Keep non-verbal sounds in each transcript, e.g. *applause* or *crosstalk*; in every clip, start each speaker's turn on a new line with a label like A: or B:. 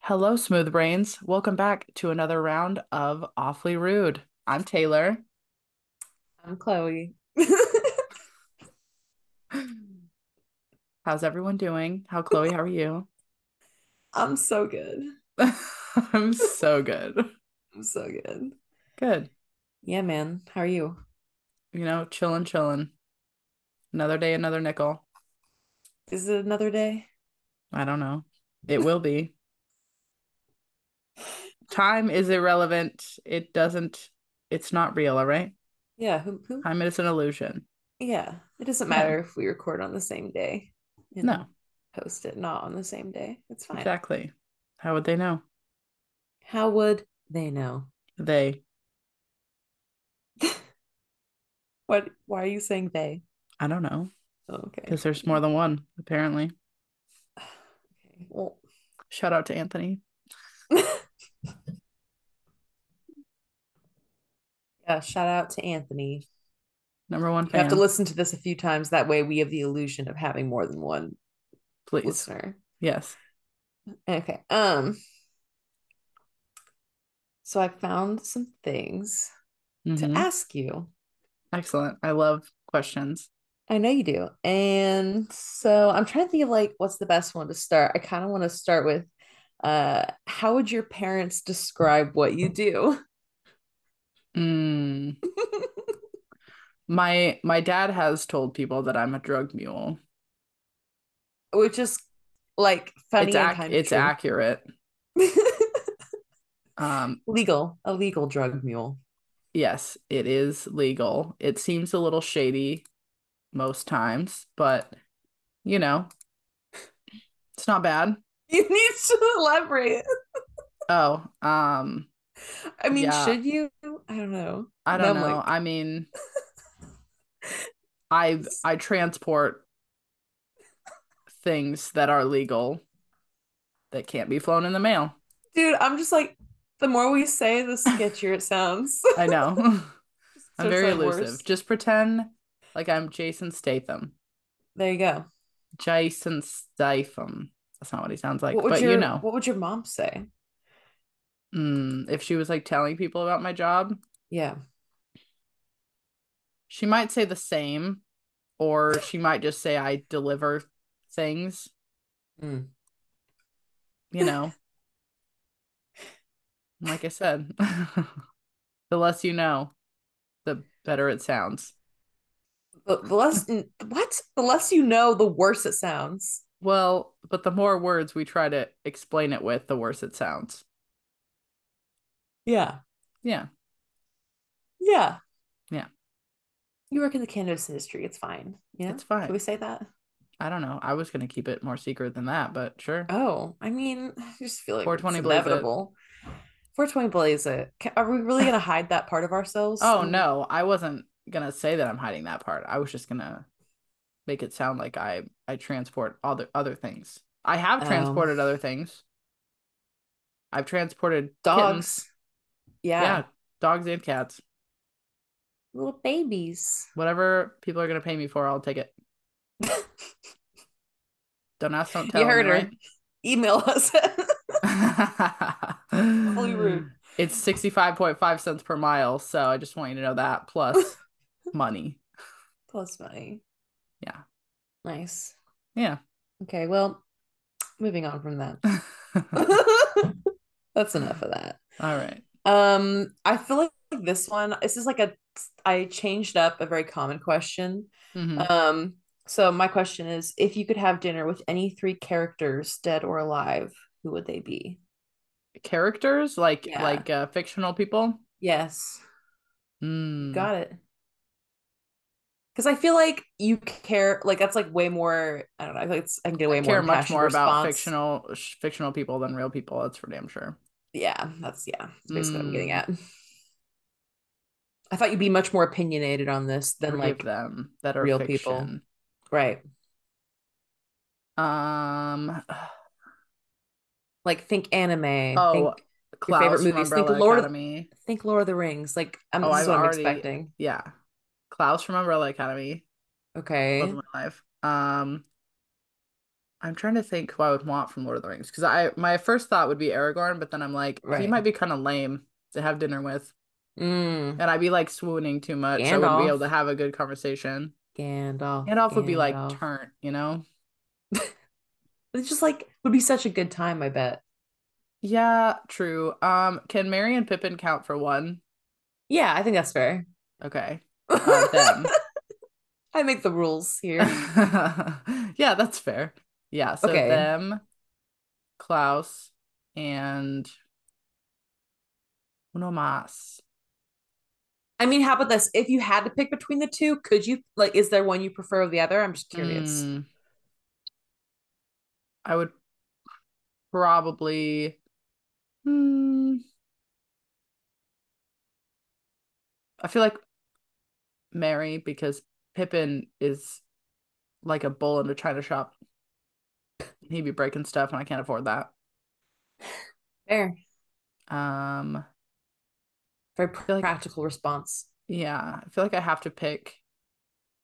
A: Hello, Smooth Brains. Welcome back to another round of Awfully Rude. I'm Taylor.
B: I'm Chloe.
A: How's everyone doing? How, Chloe? How are you?
B: *laughs*
A: *laughs*
B: I'm so good.
A: I'm so good.
B: I'm so good.
A: Good.
B: Yeah, man. How are you?
A: You know, chilling, chilling. Another day, another nickel.
B: Is it another day?
A: I don't know. It will be. Time is irrelevant. It doesn't, it's not real, all right?
B: Yeah. Who? who?
A: Time is an illusion.
B: Yeah. It doesn't
A: Yeah.
B: matter if we record on the same day. and
A: No,
B: Post it not on the same day. It's fine.
A: exactly. How would they know?
B: How would they know?
A: They,
B: What? Why are you saying they?
A: I don't know,
B: Oh, okay.
A: because there's more than one, apparently.
B: Okay. Well,
A: Shout out to Anthony.
B: yeah. Shout out to Anthony.
A: Number one
B: You have
A: fan.
B: to listen to this a few times. That way, we have the illusion of having more than one
A: please.
B: listener.
A: Yes.
B: Okay. Um. So I found some things
A: Mhm.
B: to ask you.
A: Excellent. I love questions.
B: I know you do. And so I'm trying to think of like what's the best one to start. I kind of want to start with uh how would your parents describe what you do? *laughs*
A: Mm. my my dad has told people that I'm a drug mule.
B: Which is like funny
A: it's
B: and
A: ac-
B: kind of
A: it's
B: true.
A: accurate. Um,
B: *laughs* legal, a legal drug mule. *laughs*
A: yes, it is legal. It seems a little shady most times, but you know, it's not bad.
B: You need to elaborate.
A: Oh, um,
B: I mean,
A: Yeah.
B: should you? I don't know.
A: I don't
B: Then,
A: know.
B: like-
A: I
B: *laughs*
A: mean, I I transport things that are legal that can't be flown in the mail.
B: Dude, I'm just like the more we say, the sketchier it sounds. *laughs*
A: I know.
B: So it's,
A: *laughs* I'm very
B: like, worse.
A: elusive. Just pretend like I'm Jason Statham.
B: There you go.
A: Jason Statham. That's not what he sounds like,
B: what would
A: but
B: your
A: you know,
B: what would your mom say?
A: Mm, if she was like telling people about my job,
B: Yeah.
A: she might say the same, or she might just say I deliver things.
B: Mm.
A: You know, like I said, *laughs* the less you know, the better it sounds.
B: The, the less *laughs* n- what? The less you know, the worse it sounds.
A: Well, but the more words we try to explain it with, the worse it sounds.
B: Yeah.
A: Yeah,
B: Yeah.
A: Yeah.
B: You work in the cannabis industry. It's fine. Yeah.
A: it's fine.
B: Can we say that?
A: I don't know. I was gonna keep it more secret than that, but sure.
B: Oh, I mean, I just feel like
A: 420
B: it's
A: blaze it.
B: inevitable. 420 blaze it. Ca- Are we really gonna hide that part of ourselves?
A: Oh
B: And-
A: no, I wasn't gonna say that I'm hiding that part. I was just gonna make it sound like I I transport other other things. I have
B: Oh.
A: transported other things. I've transported kittens.
B: Dogs.
A: Yeah.
B: Yeah.
A: dogs and cats.
B: Little babies.
A: Whatever people are gonna pay me for, I'll take
B: *laughs*
A: it. Don't ask, don't
B: You
A: tell. am
B: heard her. Email us. *laughs*
A: *laughs* right?
B: Fully rude.
A: It's sixty five point five cents per mile, so I just want you to know that
B: *laughs*
A: plus money. *laughs*
B: Plus money.
A: Yeah.
B: Nice.
A: Yeah.
B: Okay, well, moving on from that.
A: All
B: *laughs* That's enough of that.
A: right.
B: Um, I feel like this one, this is like a I changed up a very common question.
A: Mhm.
B: Um, so my question is if you could have dinner with any three characters, dead or alive, who would they be?
A: characters like
B: Yeah.
A: like uh, fictional people
B: Yes,
A: Mm,
B: got it. Because I feel like you care, like that's like way more. I don't know. I feel like it's, I can get away
A: I care
B: more
A: much
B: impassioned
A: more about
B: response.
A: fictional sh- fictional people than real people that's for damn sure
B: Yeah, that's yeah, that's basically what I'm getting
A: Mm.
B: at. *laughs* I thought you'd be much more opinionated on this than
A: Forgive
B: like
A: them that are
B: real people.
A: fiction.
B: right.
A: people um *sighs*
B: Like think anime.
A: Oh,
B: think
A: Klaus
B: favorite
A: from
B: movies, think
A: Umbrella
B: Lord of-
A: Academy
B: think Lord of the Rings. Like I'm,
A: Oh,
B: this
A: I've
B: is what I'm
A: already-
B: expecting.
A: yeah Klaus from Umbrella Academy
B: Okay.
A: Love of my life um I'm trying to think who I would want from Lord of the Rings because I my first thought would be Aragorn, but then I'm like, he
B: Right.
A: might be kind of lame to have dinner with,
B: Mm,
A: and I'd be like swooning too much. so I wouldn't be able
B: Gandalf.
A: to have a good conversation.
B: Gandalf.
A: Gandalf would be like
B: Gandalf.
A: turnt, you know?
B: It's just like would be such a good time, I bet.
A: Yeah, true. Um, can Merry and Pippin count for one?
B: Yeah, I think that's fair.
A: Okay. Count them.
B: *laughs* I make the rules
A: *laughs*
B: here.
A: yeah, that's fair. Yeah, so
B: Okay.
A: them, Klaus, and uno más.
B: I mean, how about this? If you had to pick between the two, could you like is there one you prefer over the other? I'm just curious.
A: Mm. I would probably. Hmm. I feel like Mary because Pippin is like a bull in a china shop. He'd be breaking stuff, and I can't afford that.
B: Fair.
A: Um,
B: Very
A: feel like-
B: practical response.
A: yeah, I feel like I have to pick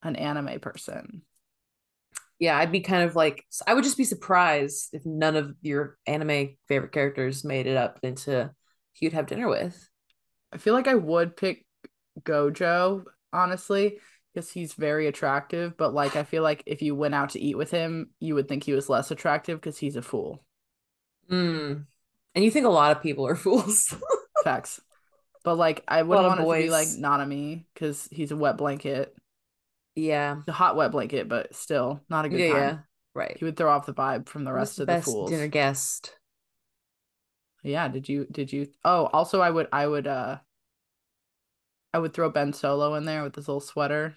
A: an anime person.
B: Yeah, I'd be kind of like I would just be surprised if none of your anime favorite characters made it up into who you'd have dinner with.
A: I feel like I would pick Gojo, honestly, because he's very attractive. But like, I feel like if you went out to eat with him, you would think he was less attractive because he's a fool.
B: Mm. And you think a lot of people are *laughs* fools.
A: Facts. But like, I wouldn't
B: lot
A: want
B: of
A: it to be like
B: boys.
A: Nanami because he's a wet blanket,
B: yeah.
A: a hot wet blanket, but still not a good
B: Yeah,
A: time.
B: yeah. Right.
A: He would throw off the vibe from the
B: Who's
A: rest
B: the
A: of the
B: best
A: fools.
B: dinner guest?
A: Yeah. Did you? Did you? Oh, also, I would. I would. Uh, I would throw Ben Solo in there with his little sweater.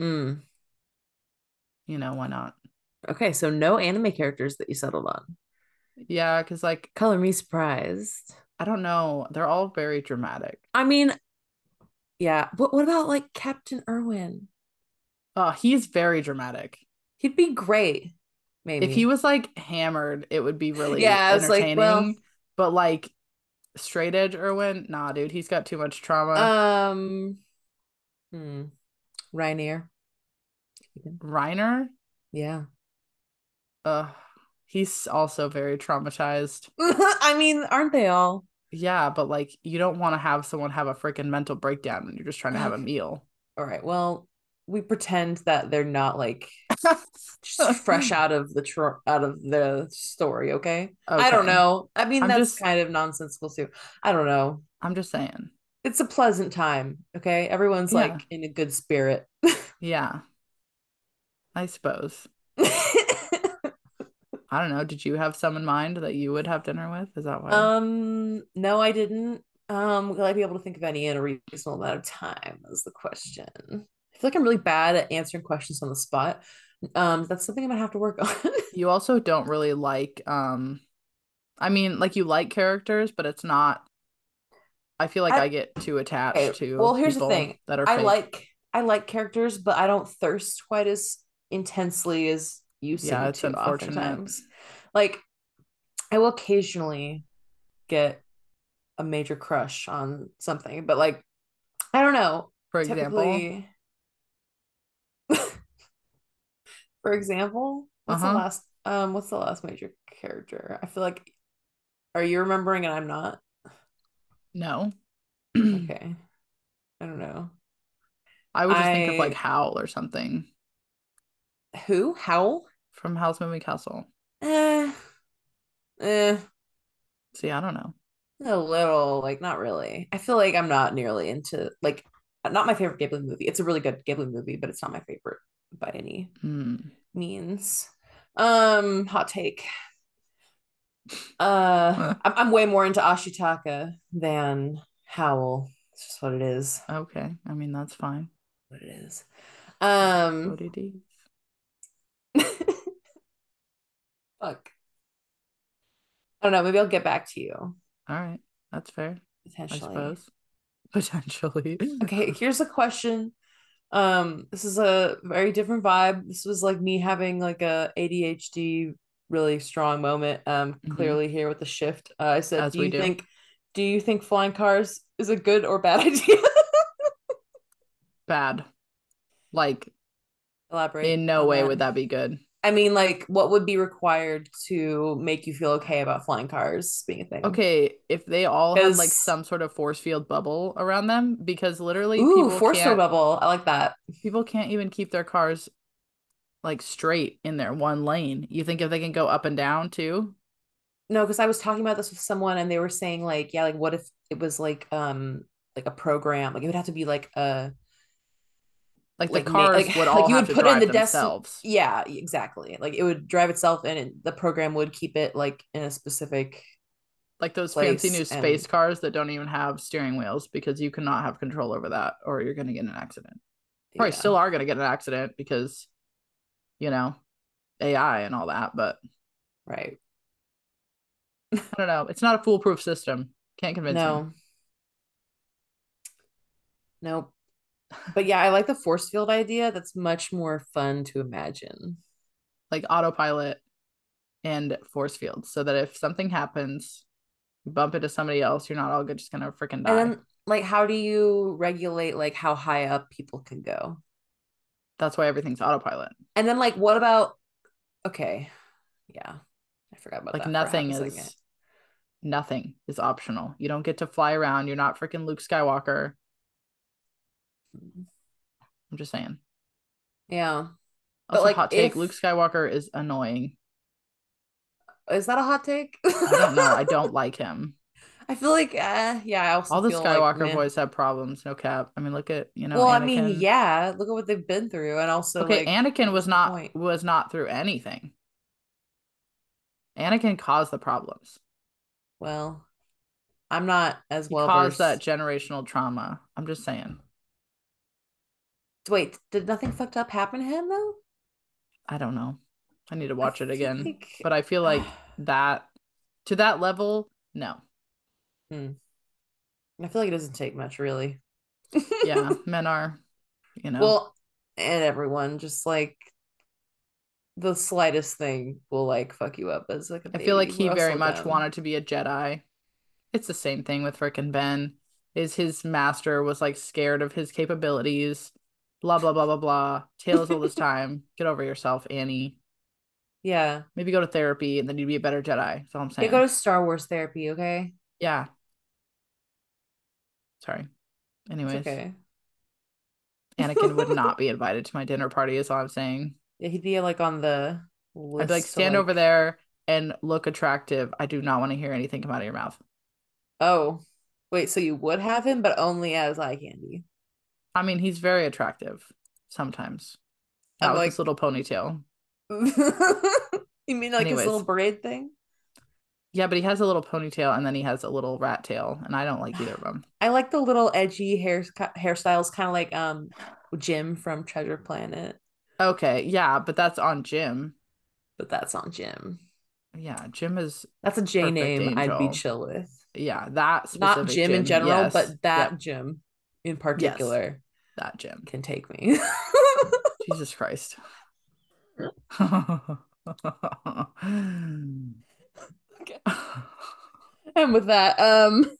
B: Mm.
A: You know why not?
B: Okay, so no anime characters that you settled on.
A: Yeah, because like
B: Color me surprised.
A: I don't know. They're all very dramatic.
B: I mean, yeah, but what about like Captain Irwin?
A: Oh, he's very dramatic.
B: He'd be great, maybe.
A: If he was like hammered, it would be really
B: Yeah, I was like,
A: entertaining.
B: well-
A: But like straight edge Irwin, nah, dude, he's got too much
B: uh,
A: trauma.
B: um, hmm, Rainier.
A: Reiner,
B: Yeah. *laughs*
A: uh, he's also very traumatized.
B: I mean, aren't they all?
A: Yeah, but like you don't want to have someone have a freaking mental breakdown when you're just trying to
B: *sighs*
A: have a meal.
B: All right. Well, we pretend that they're not like
A: *laughs*
B: just fresh out of the tr- out of the story. Okay? I don't
A: Okay.
B: know. I mean,
A: I'm
B: that's
A: just-
B: kind of nonsensical too. I don't know.
A: I'm just saying.
B: It's a pleasant time. Okay. Everyone's
A: Yeah.
B: like in a good spirit. *laughs*
A: Yeah. I suppose. I don't know. Did you have some in mind that you would have dinner with? Is that why?
B: Um, no, I didn't. Um, will I be able to think of any in a reasonable amount of time? Is the question. I feel like I'm really bad at answering questions on the spot. Um, that's something I'm gonna have to work *laughs* on.
A: you also don't really like um i mean like you like characters but it's not i feel like i,
B: I-
A: get too attached
B: Okay,
A: to
B: well, here's the
A: people
B: thing.
A: that are
B: I
A: fake.
B: like I like characters, but I don't thirst quite as intensely as you seem
A: yeah it's
B: to
A: unfortunate
B: oftentimes. Like, I will occasionally get a major crush on something, but like, I don't know.
A: for example
B: Typically- *laughs* for example, what's
A: Uh-huh.
B: the last um what's the last major character? I feel like are you remembering and I'm not?
A: *clears throat* no *clears throat*
B: Okay. I don't know.
A: i would just think of like
B: I-
A: howl or something
B: Who? Howl?
A: from house moving castle
B: Eh. Eh.
A: see i don't know
B: A little, like not really. I feel like I'm not nearly into like not my favorite Ghibli movie. It's a really good Ghibli movie, but it's not my favorite by any
A: Hmm.
B: means. Um, hot take. Uh, I'm, I'm way more into Ashitaka than Howl. It's just what it is.
A: okay i mean that's fine
B: What it is. Um,
A: ODD.
B: *laughs* fuck. I don't know. Maybe I'll get back to you
A: all right that's fair i
B: potentially.
A: suppose *laughs* potentially
B: Okay, here's a question. Um, this is a very different vibe. This was like me having like a ADHD really strong moment. Um,
A: Mhm.
B: clearly here with the shift. Uh, I said,
A: As
B: do
A: we
B: you
A: do.
B: think do you think flying cars is a good or bad *laughs* idea?
A: bad like
B: Elaborate.
A: in no
B: on
A: way
B: that.
A: would that be good
B: I mean, like, what would be required to make you feel okay about flying cars being a thing?
A: Okay, if they all had like
B: Because-
A: some sort of force field bubble around them, because literally
B: Ooh,
A: people
B: force
A: can't
B: field bubble. I like that.
A: people can't even keep their cars like straight in their one lane. You think if they can go up and down too?
B: No, because I was talking about this with someone and they were saying like, yeah, like what if it was like um like a program? Like it would have to be like a
A: Like the
B: Like ma-
A: cars
B: like-
A: would
B: *laughs* like
A: all
B: you
A: have
B: would
A: to
B: put in
A: drive
B: the desti-
A: themselves.
B: yeah, e, exactly. Like it would drive itself and it, the program would keep it like in a specific
A: Like those fancy
B: place
A: new space
B: and-
A: cars that don't even have steering wheels because you cannot have control over that or you're gonna get in an accident. Probably
B: yeah.
A: still are gonna get in an accident because you know, AI and all that, but
B: right.
A: I don't know. It's not a foolproof system. Can't convince me.
B: No. Nope. But yeah, I like the force field idea. That's much more fun to imagine.
A: like autopilot and force fields so that if something happens you bump into somebody else you're not all good just gonna freaking die
B: And then like how do you regulate like how high up people can go?
A: that's why everything's autopilot
B: And then like what about okay. Yeah. I forgot about
A: like
B: that for a half a
A: nothing
B: second.
A: is nothing is optional you don't get to fly around you're not freaking luke skywalker
B: Mm.
A: i'm just saying
B: Yeah. But,
A: also
B: like,
A: hot take
B: if-
A: luke skywalker is
B: *laughs*
A: annoying
B: Is that a hot take?
A: i don't know i don't like him
B: *laughs* I feel like uh yeah, I also
A: all the
B: feel like,
A: skywalker
B: meh.
A: boys have problems no cap i mean look at you know
B: well, I
A: Anakin.
B: mean, yeah, look at what they've been through and also
A: okay
B: like
A: anakin was
B: what's the
A: not
B: point?
A: was not through anything anakin caused the problems
B: well, I'm not as
A: he
B: well
A: caused that
B: versed.
A: generational trauma i'm just saying
B: Wait, did nothing fucked up happen to him though?
A: i don't know i need to
B: I
A: watch it again
B: *laughs* think-
A: but i feel
B: *sighs*
A: like that to that level no
B: I feel like it doesn't take much really. *laughs*
A: yeah men are you know
B: Well, and everyone just like the slightest thing will like fuck you up as like a
A: i feel like
B: baby.
A: he
B: We're
A: very
B: also
A: much
B: dumb.
A: wanted to be a jedi it's the same thing with frickin' ben is his master was like scared of his capabilities blah blah blah blah blah tails all this time get over yourself annie
B: Yeah.
A: maybe go to therapy and then you'd be a better jedi that's all i'm
B: You
A: saying
B: go to Star Wars therapy, okay?
A: yeah sorry
B: It's
A: anyways
B: okay.
A: Anakin
B: *laughs*
A: would not be invited to my dinner party, is all I'm saying.
B: Yeah, he'd be like on the
A: I'd
B: list.
A: be like,
B: to,
A: stand over there and look attractive. I do not want to hear anything come out of your mouth.
B: Oh, wait. So you would have him, but only as eye candy. *laughs*
A: I mean, he's very attractive sometimes.
B: I'm
A: Not with
B: like-
A: his little ponytail.
B: you mean like
A: Anyways.
B: his little braid thing?
A: Yeah, but he has a little ponytail and then he has a little rat tail, and I don't like either of
B: *sighs*
A: them.
B: I like the little edgy hair hairstyles, kind of like um Jim from Treasure Planet,
A: Okay, yeah, but that's on Jim.
B: but that's on Jim.
A: Yeah, Jim is
B: That's a J
A: Perfect
B: name I'd be
A: angel.
B: chill with.
A: yeah that specific
B: Not Jim in general,
A: yes.
B: but that
A: Yep,
B: Jim in particular
A: that Jim.
B: can take me. *laughs*
A: Jesus Christ. *laughs*
B: Okay. and with that, um,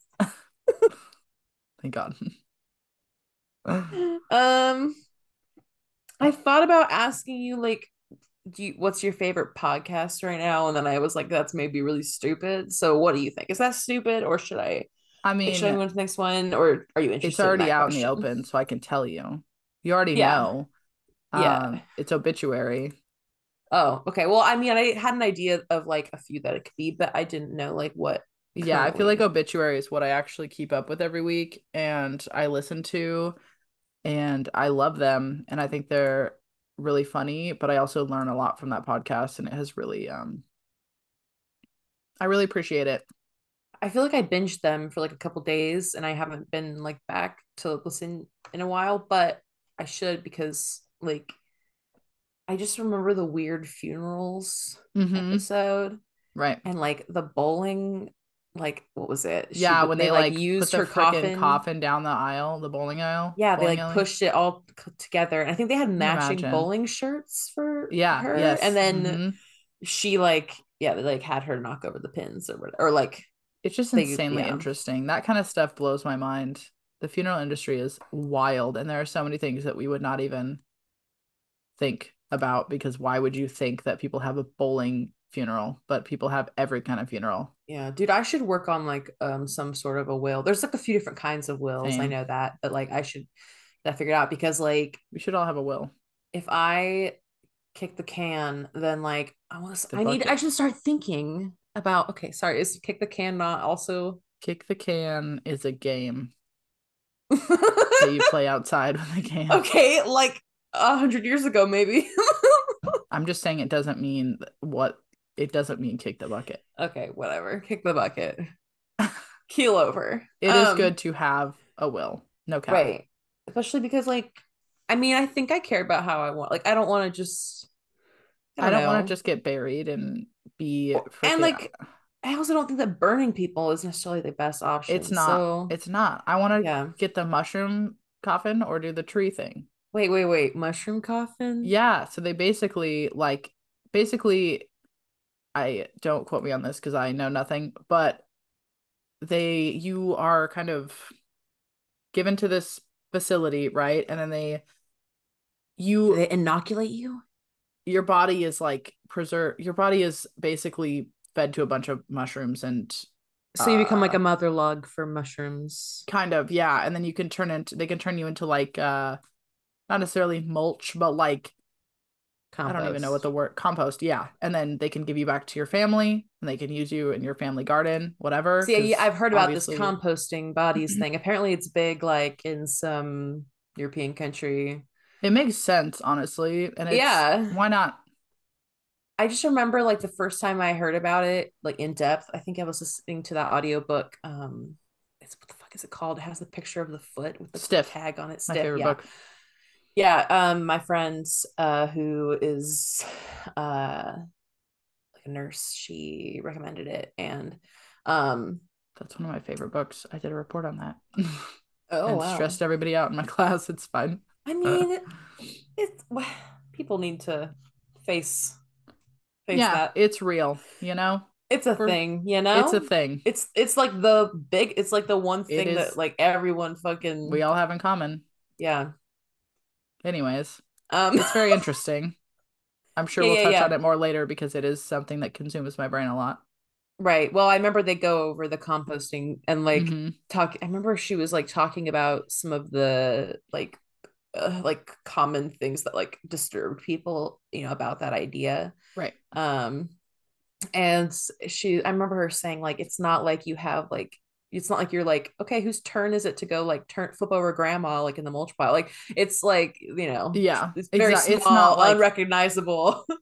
A: Thank God.
B: um, I thought about asking you like, do you, what's your favorite podcast right now? And then I was like, that's maybe really stupid. So what do you think? Is that stupid, or should I?
A: I
B: should I
A: mean,
B: go to the next one, or are you interested?
A: it's already
B: in that
A: out in the
B: question?
A: open, so I can tell you. You already
B: Yeah.
A: know.
B: Yeah.
A: Um, it's obituary.
B: Oh, okay. Well, I mean, I had an idea of like a few that it could be, but I didn't know like what.
A: Yeah, I feel like
B: Currently.
A: obituary is what I actually keep up with every week and I listen to and I love them and I think they're really funny, but I also learn a lot from that podcast and it has really um I really appreciate it.
B: I feel like I binged them for like a couple days and I haven't been like back to listen in a while, but I should because like I just remember the weird funerals Mm-hmm.
A: Mhm.
B: episode
A: Right.
B: and like the bowling, like what was it? She-
A: Yeah, when they, like
B: used
A: put
B: her
A: the frickin'
B: coffin.
A: coffin down the aisle, the bowling aisle.
B: Yeah, they
A: bowling
B: like
A: alley.
B: pushed it all c- together. And I think they had matching
A: imagine?
B: bowling shirts for
A: Yeah.
B: her.
A: Yes.
B: And then
A: mhm.
B: she like yeah they like had her knock over the pins or whatever or like
A: It's just
B: They-
A: insanely
B: yeah.
A: interesting. That kind of stuff blows my mind. The funeral industry is wild, and there are so many things that we would not even think about because why would you think that people have a bowling funeral, but people have every kind of funeral?
B: Yeah, dude, I should work on like um some sort of a will. There's like a few different kinds of wills. I
A: Same.
B: know that, but like I should that figured out because like
A: We should all have a will.
B: if I kick the can, then like I want
A: The
B: I need I
A: bucket.
B: should start thinking about okay, sorry, is kick the can not also *laughs*
A: Kick the can is a game that you *laughs*
B: Okay, *laughs*
A: play outside with a can.
B: like a hundred years ago maybe. *laughs*
A: I'm just saying it doesn't mean what it doesn't mean kick the bucket.
B: okay, whatever. Kick the bucket.
A: *laughs*
B: Keel over.
A: It is
B: Um,
A: good to have a will. No cap.
B: Right. Especially because like I mean, I think I care about how I want. Like I don't want to just
A: I don't want
B: know.
A: to just get buried and be freaking-
B: and like I also don't think that burning people is necessarily the best option.
A: not.
B: So,
A: it's not. I want to
B: yeah.
A: get the mushroom coffin or do the tree thing.
B: Wait, wait, wait. Mushroom coffin?
A: Yeah, so they basically like basically I don't quote me on this because I know nothing, but they you are kind of given to this facility, right? And then they
B: Do
A: you
B: they inoculate you?
A: your body is like preserved your body is basically fed to a bunch of mushrooms and
B: So you become like
A: Uh,
B: a mother lug for mushrooms.
A: kind of yeah and then you can turn into they can turn you into like uh not necessarily mulch but like
B: Compost.
A: I don't even know what the word compost yeah and then they can give you back to your family and they can use you in your family garden whatever
B: See, yeah,
A: 'cause
B: I've heard about this
A: obviously- *clears throat*
B: composting bodies thing. Apparently it's big like in some European country.
A: it makes sense honestly and it's,
B: Yeah.
A: why not
B: I just remember like the first time I heard about it, like in depth. I think I was listening to that audiobook. Um, it's what the fuck is it called? It has the picture of the foot with the
A: Stiff.
B: tag on it.
A: my
B: Stiff.
A: favorite
B: yeah.
A: book
B: Yeah. Um, my friend uh who is uh like a nurse, she recommended it and um
A: that's one of my favorite books I did a report on that *laughs*
B: oh
A: and
B: wow.
A: stressed Uh. everybody out in my *laughs* class it's fun
B: I mean it's people need to face face
A: yeah
B: that.
A: it's real you know
B: It's a
A: for-
B: thing, you know?
A: it's a thing
B: it's it's like the big it's like the one thing
A: is-
B: that like everyone fucking
A: we all have in common
B: yeah *laughs*
A: anyways
B: um
A: it's very interesting i'm sure
B: Yeah,
A: we'll
B: yeah,
A: touch
B: yeah.
A: on it more later because it is something that consumes my brain a lot
B: right well i remember they go over the composting and like
A: Mhm.
B: talk i remember she was like talking about some of the like uh, like common things that like disturbed people you know about that idea
A: right
B: um and she i remember her saying like it's not like you have like it's not like you're like okay whose turn is it to go like turn flip over grandma like in the mulch pile like it's like you know
A: yeah
B: it's very
A: exact-
B: small,
A: it's not like
B: unrecognizable. *laughs*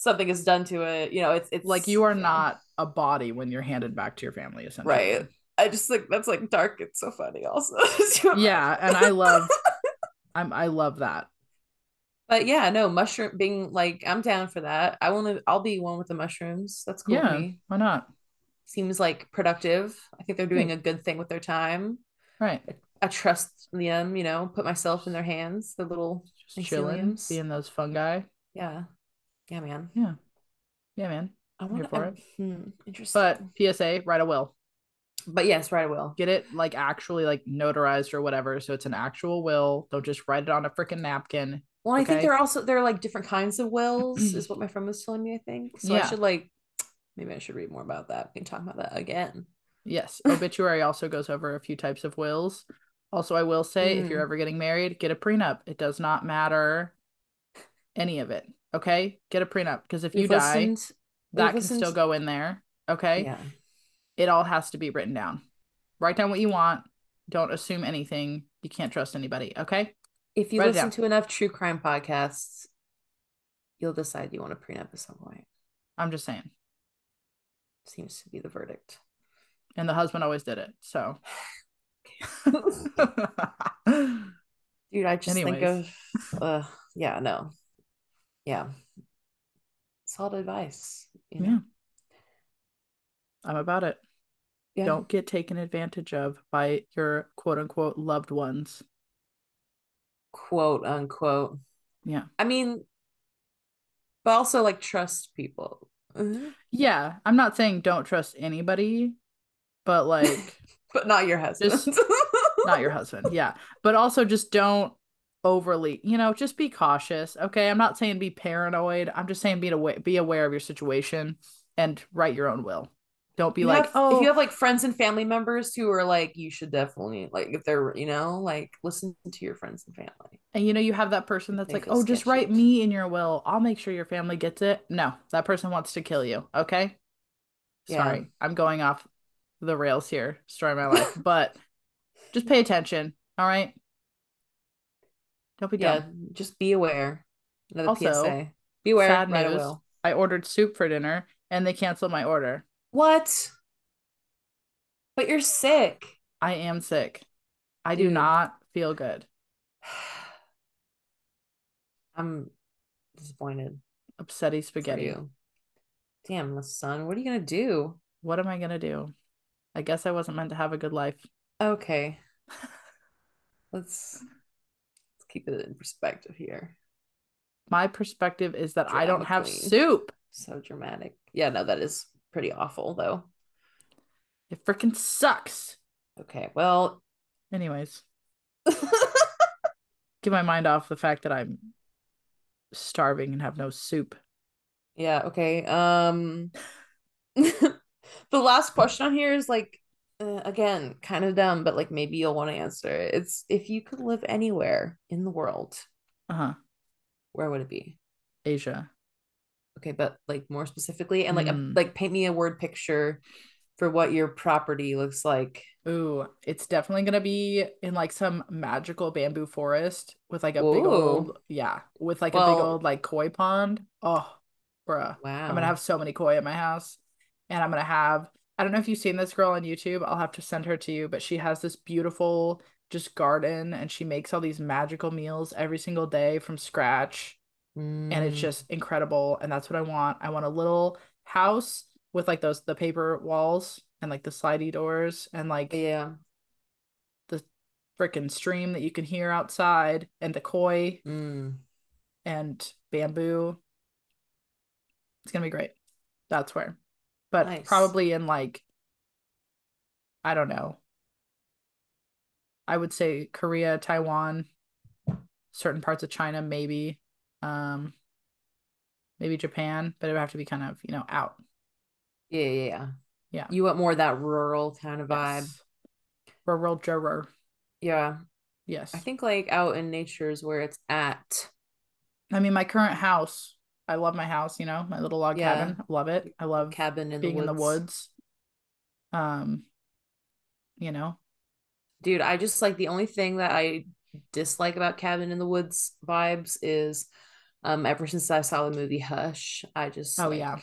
B: Something is done to it. You know, it's it's
A: like you are
B: yeah.
A: not a body when you're handed back to your family essentially
B: right. I just think that's like dark. It's so funny, also. *laughs*
A: yeah and i love i'm i love that
B: but yeah, no mushroom being like I'm down for that. I want to. I'll be one with the mushrooms. That's cool.
A: Yeah.
B: To me.
A: why not
B: Seems like productive. I think they're
A: Hmm.
B: doing a good thing with their time.
A: right
B: I trust them. You know, put myself in their hands. The little
A: just chilling
B: Myceliums.
A: seeing those fungi
B: yeah, yeah, man.
A: yeah man
B: I
A: here
B: want
A: for it.
B: Hmm, interesting.
A: but psa write a will
B: but yes, right. I will.
A: get it like actually like notarized or whatever so it's an actual will don't just write it on a freaking napkin
B: Well, I think
A: Okay. Mm-hmm.
B: there are also there are like different kinds of wills, is what my friend was telling me. I think so.
A: Yeah.
B: I should like maybe I should read more about that. We can talk about that again.
A: Yes, obituary also goes over a few types of wills. Also, I will say if you're
B: Mm.
A: ever getting married, get a prenup. It does not matter any of it. Okay? Get a prenup because if you
B: We've
A: die,
B: listened- we've
A: that can still
B: listened-
A: go in there. Okay?
B: Yeah,
A: It all has to be written down. Write down what you want. Don't assume anything. You can't trust anybody. Okay?
B: if you
A: Write it
B: listen
A: down.
B: to enough true crime podcasts, you'll decide you want a prenup at some point.
A: I'm just saying.
B: Seems to be
A: *laughs*
B: the verdict.
A: And the husband always did it.
B: *laughs*
A: So. *laughs*
B: Dude, I just
A: Anyways.
B: think of, uh, yeah, no, yeah, solid advice. You know?
A: I'm about it.
B: Yeah,
A: Don't get taken advantage of by your quote unquote loved ones.
B: quote unquote.
A: Yeah.
B: I mean, but also like trust people.
A: Mm-hmm.
B: Mhm.
A: Yeah, I'm not saying don't trust anybody, but like
B: *laughs* but not your husband.
A: Just- not your husband. Yeah. But also just don't overly, you know, just be cautious. Okay. I'm not saying be paranoid. I'm just saying be aware, be aware of your situation and write your own will. Don't be
B: You
A: like,
B: have-
A: oh,
B: if you have like friends and family members who are like, you should definitely like if they're you know like listen to your friends and family.
A: and you know, you have that person that's
B: They
A: like,
B: feel
A: oh, just write
B: sketchy.
A: me in your will. I'll make sure your family gets it. No, that person wants to kill you. Okay.
B: Yeah.
A: Sorry. I'm going off the rails here. Story of my
B: *laughs*
A: life. but just pay attention. All right. Don't be dumb.
B: yeah, just be aware. Another
A: Also,
B: PSA. Be aware.
A: sad
B: write a
A: news.
B: will.
A: I ordered soup for dinner and they canceled my order.
B: What? But you're sick. *sighs*
A: I am sick. I do
B: Dude.
A: not feel good.
B: I'm disappointed
A: Upsetty
B: for
A: spaghetti.
B: you. Damn, son, what are you gonna do?
A: What am I gonna do? I guess I wasn't meant to have a good life.
B: Okay. Let's let's keep it in perspective here.
A: My perspective is that I don't
B: Drama
A: have
B: queen.
A: soup.
B: So dramatic. Yeah, no, that is pretty awful though.
A: It freaking sucks.
B: Okay, well, *laughs*
A: Anyways, get my mind off the fact that I'm starving and have no soup.
B: yeah, okay. Um *laughs* the last question on here is like uh, again, kind of dumb, but like maybe you'll want to answer it. It's if you could live anywhere in the world,
A: Uh huh.
B: where would it be?
A: Asia.
B: Okay, but like more specifically, and like a-
A: Mm.
B: like paint me a word picture for what your property looks like.
A: Ooh, it's definitely gonna be in like some magical bamboo forest with like a big
B: Ooh.
A: old yeah, with like a big
B: Well-
A: old like koi pond. Oh, bruh.
B: Wow.
A: I'm gonna have so many koi at my house, and I'm gonna have. I don't know if you've seen this girl on YouTube. I'll have to send her to you, but she has this beautiful just garden, and she makes all these magical meals every single day from scratch and it's
B: Mm.
A: just incredible and that's what i want i want a little house with like those the paper walls and like the slidey doors and like
B: Oh, yeah.
A: freaking stream that you can hear outside and the koi
B: Mm.
A: and bamboo it's gonna be great that's where but
B: Nice.
A: probably in like i don't know i would say korea taiwan certain parts of china maybe um maybe japan but it would have to be kind of you know out
B: Yeah, yeah, yeah.
A: Yeah.
B: You want more of that rural kind of vibe.
A: Yes. rural juror
B: Yeah.
A: Yes.
B: I think like out in nature is where it's at.
A: I mean, my current house, I love my house, you know, my little log
B: Yeah.
A: cabin. I love it. I love
B: Cabin in
A: being
B: the woods.
A: in the woods. Um, you know,
B: Dude, I just like the only thing that I dislike about cabin in the woods vibes is um ever since I saw the movie Hush, I just
A: Oh,
B: like,
A: yeah.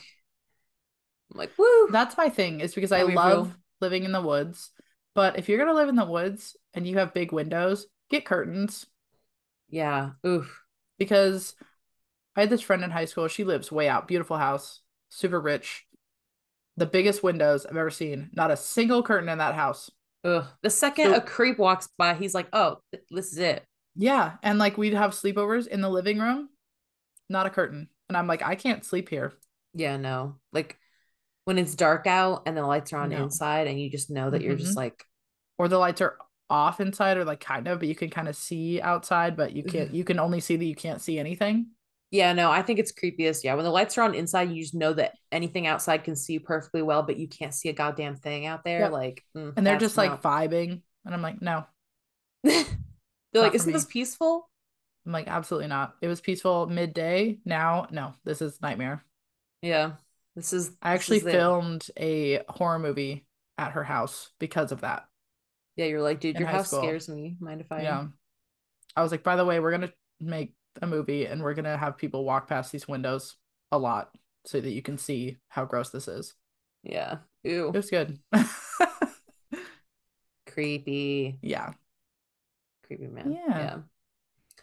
B: I'm like, woo.
A: that's my thing is because I
B: That we
A: love
B: rule.
A: living in the woods. But if you're going to live in the woods and you have big windows, get curtains
B: Yeah. Oof.
A: because I had this friend in high school. She lives way out, beautiful house, super rich. The biggest windows I've ever seen. Not a single curtain in that house.
B: Ugh. The second
A: So-
B: a creep walks by, he's like, oh, th- this is it.
A: Yeah, and like we'd have sleepovers in the living room, not a curtain. And I'm like, I can't sleep here.
B: Yeah, no. Like when it's dark out and the lights are on
A: No. Mm-hmm.
B: inside and you just know that you're just like,
A: Or the lights are off inside or like kind of, but you can kind of see outside, but you can't
B: Mm-hmm.
A: you can only see that you can't see anything.
B: yeah, no, I think it's creepiest. Yeah, when the lights are on inside, you just know that anything outside can see you perfectly well, but you can't see a goddamn thing out there.
A: Yep.
B: Like, mm,
A: And they're
B: that's
A: just like
B: not-
A: vibing. And I'm like, no.
B: they're
A: not
B: like,
A: for
B: isn't this
A: me."
B: peaceful?
A: I'm like, absolutely not. It was peaceful midday. Now, no, this is nightmare.
B: Yeah, this is.
A: I
B: this
A: actually
B: is it.
A: filmed a horror movie at her house because of that.
B: Yeah, you're like, dude,
A: in
B: your
A: high
B: house
A: school.
B: scares me. Mind if I?
A: Yeah. I was like, by the way, we're gonna make a movie and we're gonna have people walk past these windows a lot so that you can see how gross this is.
B: Yeah. Ew.
A: It was good. *laughs*
B: Creepy.
A: yeah.
B: Creepy man.
A: Yeah.
B: Yeah.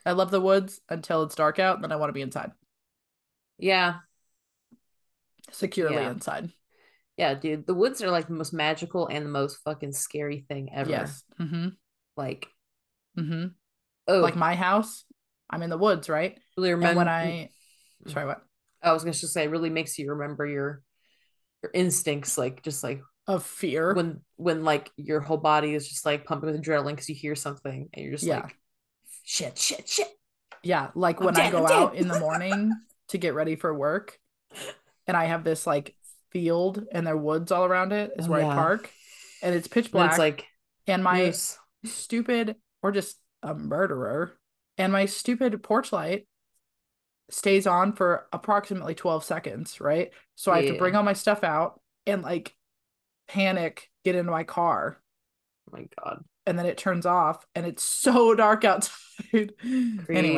A: I love the woods until it's dark out, then I want to be inside.
B: Yeah.
A: Securely
B: Yeah.
A: inside.
B: Yeah, dude. The woods are like the most magical and the most fucking scary thing ever.
A: Yes. Mm-hmm.
B: Like,
A: Mm-hmm.
B: oh,
A: Like my house, I'm in the woods, right?
B: really
A: And when
B: remem-
A: I sorry, what?
B: I was gonna just say, it really makes you remember your your instincts, like just like
A: Of fear.
B: when when like your whole body is just like pumping with adrenaline because you hear something and you're just
A: Yeah.
B: like shit, shit, shit.
A: Yeah, like
B: I'm
A: when
B: dead,
A: I go
B: I'm dead.
A: out in the morning *laughs* to get ready for work and I have this like field and there are woods all around it is
B: Oh,
A: where
B: yeah.
A: I park and it's pitch
B: And then
A: black
B: it's like
A: and my
B: moose.
A: stupid or just a murderer and my stupid porch light stays on for approximately 12 seconds right so i have to
B: Yeah.
A: bring all my stuff out and like panic get into my car
B: Oh my god.
A: and then it turns off and it's *laughs* so dark outside anyways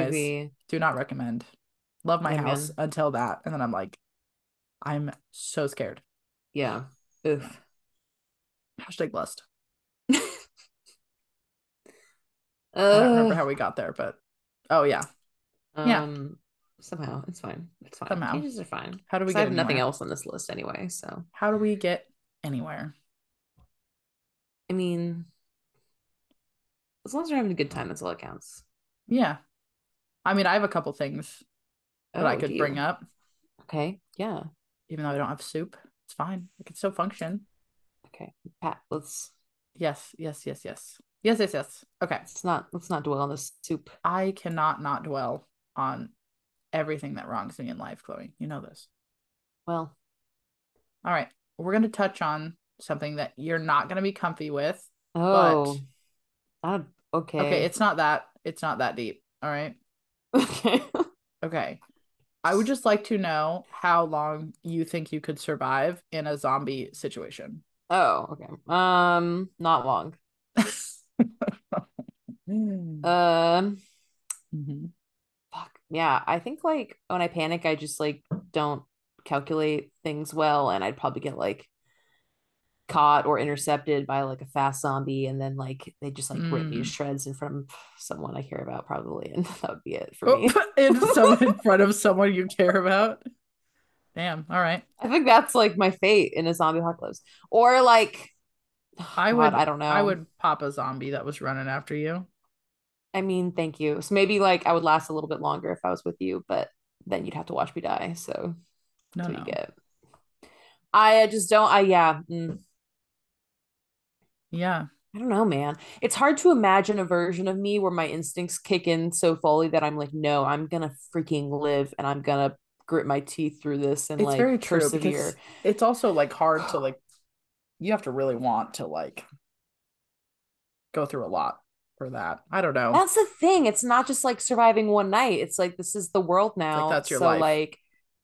B: Creepy.
A: do not recommend love my
B: Yeah,
A: house
B: man.
A: until that and then i'm like i'm so scared
B: Yeah. Oof.
A: hashtag blessed i don't remember
B: Ugh.
A: how we got there but oh yeah yeah.
B: Um, somehow it's fine. It's fine.
A: Somehow.
B: Pages are fine.
A: how do we
B: 'Cause
A: get
B: I have nothing
A: anywhere?
B: else on this list anyway. So
A: how do we get anywhere
B: I mean, as long as you're having a good time, that's all that counts.
A: Yeah. I mean, I have a couple things that I
B: Oh,
A: could
B: do
A: bring
B: you?
A: up,
B: Okay. Yeah.
A: even though I don't have soup. It's fine. I can still function.
B: Okay. Pat, let's
A: Yes, yes, yes, yes. Yes, yes, yes. Okay.
B: let's not let's not dwell on this soup.
A: I cannot not dwell on everything that wrongs me in life, Chloe. You know this.
B: Well,
A: All right. We're going to touch on something that you're not going to be comfy with.
B: oh, not- okay.
A: Okay. It's not that. It's not that deep. All right.
B: *laughs* okay.
A: Okay. I would just like to know how long you think you could survive in a zombie situation.
B: oh, okay. Um, not long.
A: Mm.
B: Um,
A: Mhm.
B: fuck. Yeah, I think like when I panic, I just like don't calculate things well, and I'd probably get like caught or intercepted by like a fast zombie, and then like they just like rip me to
A: Mm.
B: shreds in front of someone I care about, probably, *laughs* and that would be it for me.
A: Oh, *laughs* in someone
B: *laughs*
A: in front of someone you care about. Damn. All right.
B: I think that's like my fate in a zombie apocalypse, or like *sighs*
A: I
B: God,
A: would.
B: I don't know.
A: I would pop a zombie that was running after you.
B: I mean, thank you. So maybe like I would last a little bit longer if I was with you, but then you'd have to watch me die. So
A: No,
B: that's what
A: no.
B: you get. I uh, just don't. I yeah. mm.
A: Yeah.
B: I don't know, man. It's hard to imagine a version of me where my instincts kick in so fully that I'm like, no, I'm gonna freaking live, and I'm gonna grit my teeth through this and
A: It's
B: like
A: very true because-
B: persevere.
A: It's also like hard
B: *sighs*
A: to like. You have to really want to like. Go through a lot for that. I don't know.
B: That's the thing. It's not just like surviving one night. It's like this is the world now.
A: that's your
B: so
A: life.
B: like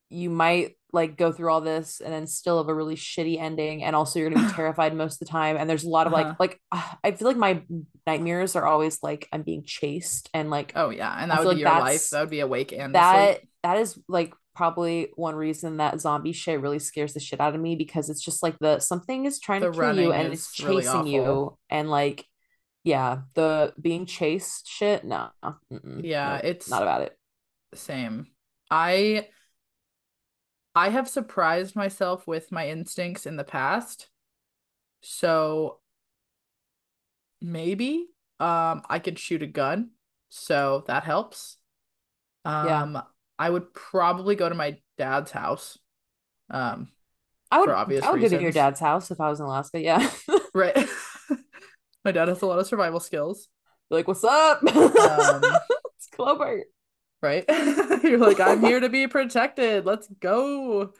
B: you might like go through all this and then still have a really shitty ending and also you're going
A: *sighs*
B: to be terrified most of the time and there's a lot of
A: Uh-huh.
B: like like *sighs* ah, I feel like my nightmares are always like I'm being chased and like
A: oh yeah, and
B: I
A: that
B: feel
A: would
B: like
A: be your life.
B: that's-
A: That would be awake and
B: that
A: asleep.
B: that is like probably one reason that zombie shit really scares the shit out of me because it's just like the something is trying
A: The
B: to kill you
A: running
B: and it's
A: is really
B: chasing you
A: awful.
B: and like yeah the being chased shit no mm-mm,
A: Yeah,
B: nope,
A: it's
B: not about it
A: same i i have surprised myself with my instincts in the past so maybe um i could shoot a gun so that helps
B: Yeah.
A: um i would probably go to my dad's house um *laughs*
B: I would
A: for obvious
B: I would go to your
A: reasons.
B: dad's house if I was in Alaska yeah *laughs*
A: right *laughs* my dad has a lot of survival skills
B: like what's up *laughs*
A: um
B: it's Globert
A: right *laughs* you're like i'm here to be protected let's go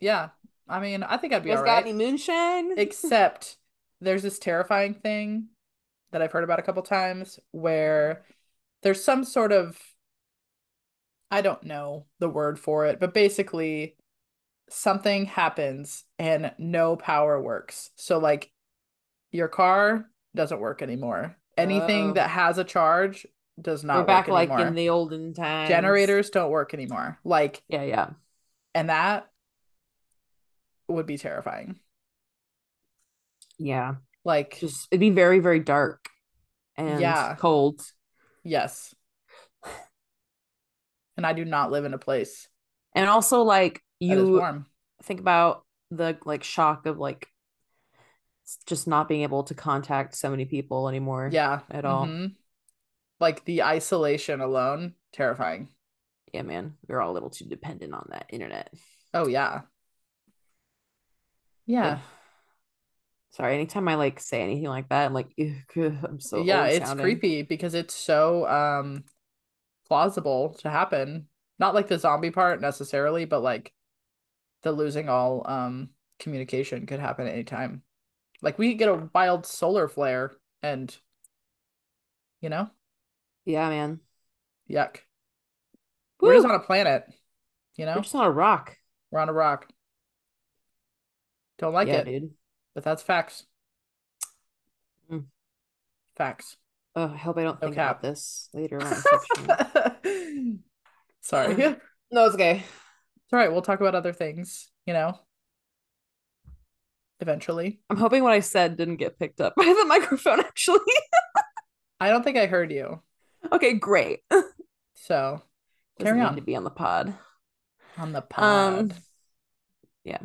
A: yeah i mean i think i'd be
B: you guys
A: all
B: got
A: right
B: any moonshine
A: except there's this terrifying thing that I've heard about a couple times where there's some sort of I don't know the word for it, but basically something happens and no power works. So like your car doesn't work anymore. Anything
B: Oh.
A: that has a charge does not
B: we're
A: work
B: back like
A: anymore.
B: in the olden times
A: Generators don't work anymore. Like
B: yeah yeah
A: and that would be terrifying.
B: yeah
A: Like
B: just it'd be very very dark and
A: Yeah.
B: cold
A: Yes. And I do not live in a place
B: and also like
A: that is
B: you
A: warm.
B: think about the like shock of like s- just not being able to contact so many people anymore
A: Yeah.
B: at all.
A: mhm. Like the isolation alone, terrifying.
B: yeah man we're all a little too dependent on that internet
A: Oh yeah. Yeah.
B: Yeah. Sorry, anytime I like say anything like that, I'm like, "Ew, I'm so
A: yeah,
B: old
A: it's
B: sounding."
A: creepy because it's so um plausible to happen. Not like the zombie part necessarily, but like the losing all um communication could happen at any time. Like we could get a wild solar flare and you know,
B: Yeah, man.
A: yuck. We're just
B: Woo!
A: on a planet, you know?
B: We're just on a rock.
A: We're on a rock. Don't like
B: yeah,
A: it,
B: dude.
A: but that's facts.
B: Mm.
A: Facts. *laughs*
B: Oh, I hope I don't
A: No
B: think
A: cap.
B: about this later on. in
A: *laughs*
B: fiction.
A: Sorry. *laughs*
B: *laughs* Yeah.
A: It's
B: no, it's okay.
A: all right. We'll talk about other things, you know, eventually.
B: I'm hoping what I said didn't get picked up *laughs* by the microphone. Actually,
A: I don't think I heard you.
B: okay, great.
A: So
B: Doesn't
A: Carry
B: need
A: on.
B: to be Um, on the pod.
A: on the pod.
B: yeah.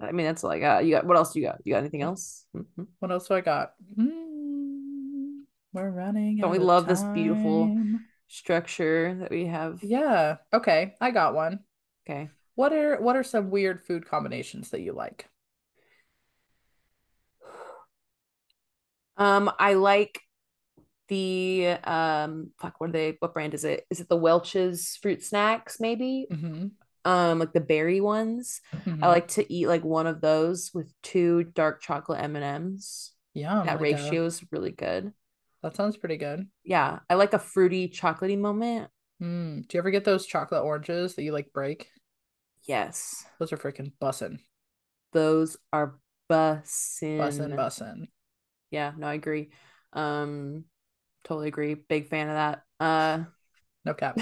B: I mean, that's all I got. You got what else? You got? You got anything else? Mhm.
A: What else do I got? Mm, we're running.
B: Don't we
A: out of
B: love this beautiful-
A: time.
B: Structure that we have.
A: Yeah. Okay. I got one.
B: Okay.
A: What are what are some weird food combinations that you like?
B: Um, I like the um. Fuck. What are they? What brand is it? Is it the Welch's fruit snacks? Maybe.
A: Mhm,
B: Um, like the berry ones. I
A: mhm.
B: like to eat like one of those with two dark chocolate M and M's.
A: Yum,
B: That
A: like a-
B: ratio is really good.
A: that sounds pretty good.
B: Yeah, I like a fruity, chocolatey moment.
A: Mm, do you ever get those chocolate oranges that you like break?
B: Yes,
A: Those are freaking bussin',
B: those are bussin.
A: bussin', bussin'.
B: Yeah, no, I agree. Um, totally agree. Big fan of that. Uh, *laughs*
A: No cap.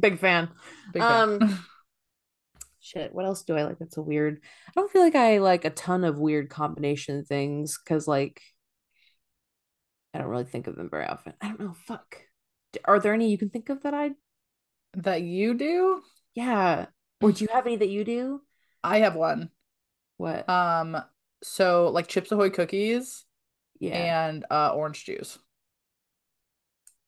B: big fan.
A: Big fan.
B: Um,
A: *laughs*
B: Shit, what else do I like? That's a weird. I don't feel like I like a ton of weird combination things because like I don't really think of them very often. I don't know. Fuck. D- Are there any you can think of that I?
A: that you do?
B: Yeah. Or do you have any that you do?
A: I have one.
B: What?
A: Um, so like Chips Ahoy cookies
B: yeah.
A: and uh orange juice.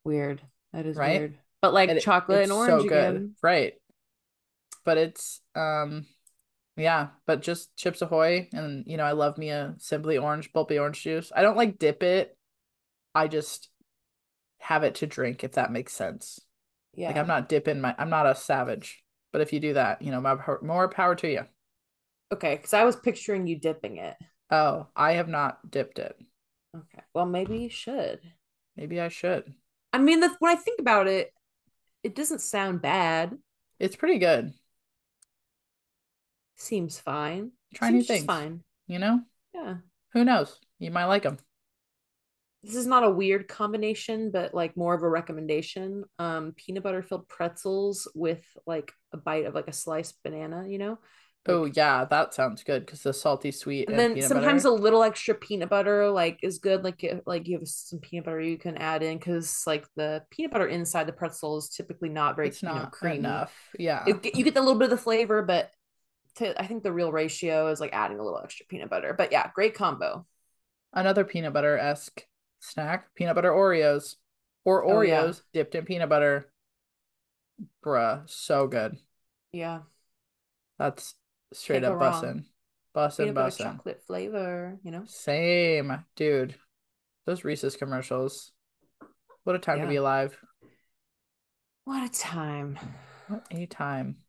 B: Weird. That is
A: Right?
B: weird. But like
A: And it-
B: chocolate
A: it's
B: and
A: so
B: orange
A: good.
B: again.
A: Right. But it's um yeah, but just Chips Ahoy and you know, I love me a Simply Orange Bulpy orange juice. I don't like dip it. I just have it to drink if that makes sense.
B: Yeah.
A: Like I'm not dipping my I'm not a savage. But if you do that, you know, my, pow- more power to you.
B: okay, because I was picturing you dipping it.
A: Oh, I have not dipped it.
B: Okay. Well, maybe you should.
A: Maybe I should.
B: I mean, that's when I think about it, it doesn't sound bad.
A: It's pretty good.
B: Seems fine.
A: Try new
B: Seems just
A: things.
B: fine.
A: You know,
B: Yeah.
A: who knows? You might like them.
B: This is not a weird combination, but like more of a recommendation. Um, peanut butter filled pretzels with like a bite of like a sliced banana, you know? Like-
A: Oh yeah, that sounds good because the salty sweet
B: and then
A: peanut
B: sometimes
A: butter.
B: a little extra peanut butter like is good like if, like you have some peanut butter you can add in because like the peanut butter inside the pretzel is typically not very
A: it's
B: you know,
A: not
B: creamy
A: enough. Yeah.
B: It get- you get a little bit of the flavor but to, i think the real ratio is like adding a little extra peanut butter but yeah great combo
A: Another peanut butter esque snack: peanut butter Oreos or
B: Oh,
A: Oreos
B: yeah.
A: dipped in peanut butter. Bruh, so good.
B: yeah
A: That's straight
B: Can't
A: up
B: go wrong.
A: bussin', bussin',
B: peanut butter
A: bussin'.
B: chocolate flavor you know
A: Same, dude. Those Reese's commercials. What a time to
B: Yeah.
A: be alive.
B: what a time
A: What a time.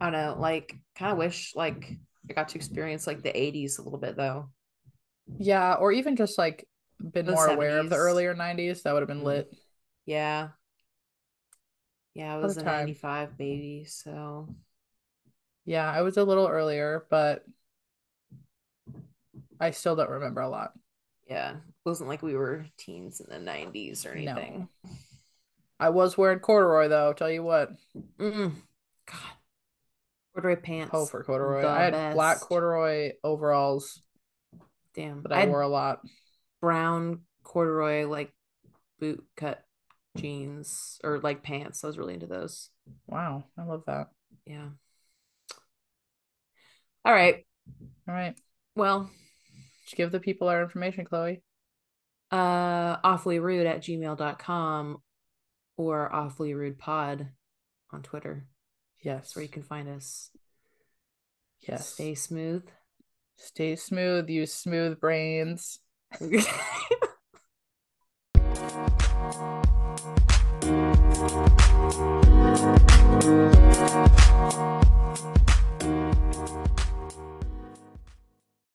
B: i don't know like kind of wish like i got to experience like the 80s a little bit though
A: Yeah, or even just like been
B: The
A: more aware of the
B: 70s.
A: earlier 90s, that would have been
B: Mm.
A: lit.
B: Yeah. Yeah, I
A: What a
B: was a
A: time.
B: 95 baby, so
A: Yeah, I was a little earlier, but I still don't remember a lot.
B: yeah, it wasn't like we were teens in the 90s or anything.
A: I was wearing corduroy though, tell you what.
B: Mm. God. Corduroy pants.
A: Oh, for corduroy.
B: The
A: I had black
B: best.
A: corduroy overalls
B: Damn.
A: that
B: I
A: I
B: had
A: wore a lot.
B: brown corduroy like boot cut jeans or like pants. I was really into those.
A: Wow, I love that.
B: Yeah. All right.
A: All right.
B: Well,
A: Just give the people our information, Chloe.
B: uh awfully rude at gmail.com or awfully rude pod on Twitter.
A: Yes.
B: That's where you can find us.
A: Yes.
B: Stay smooth.
A: Stay smooth, you smooth brains.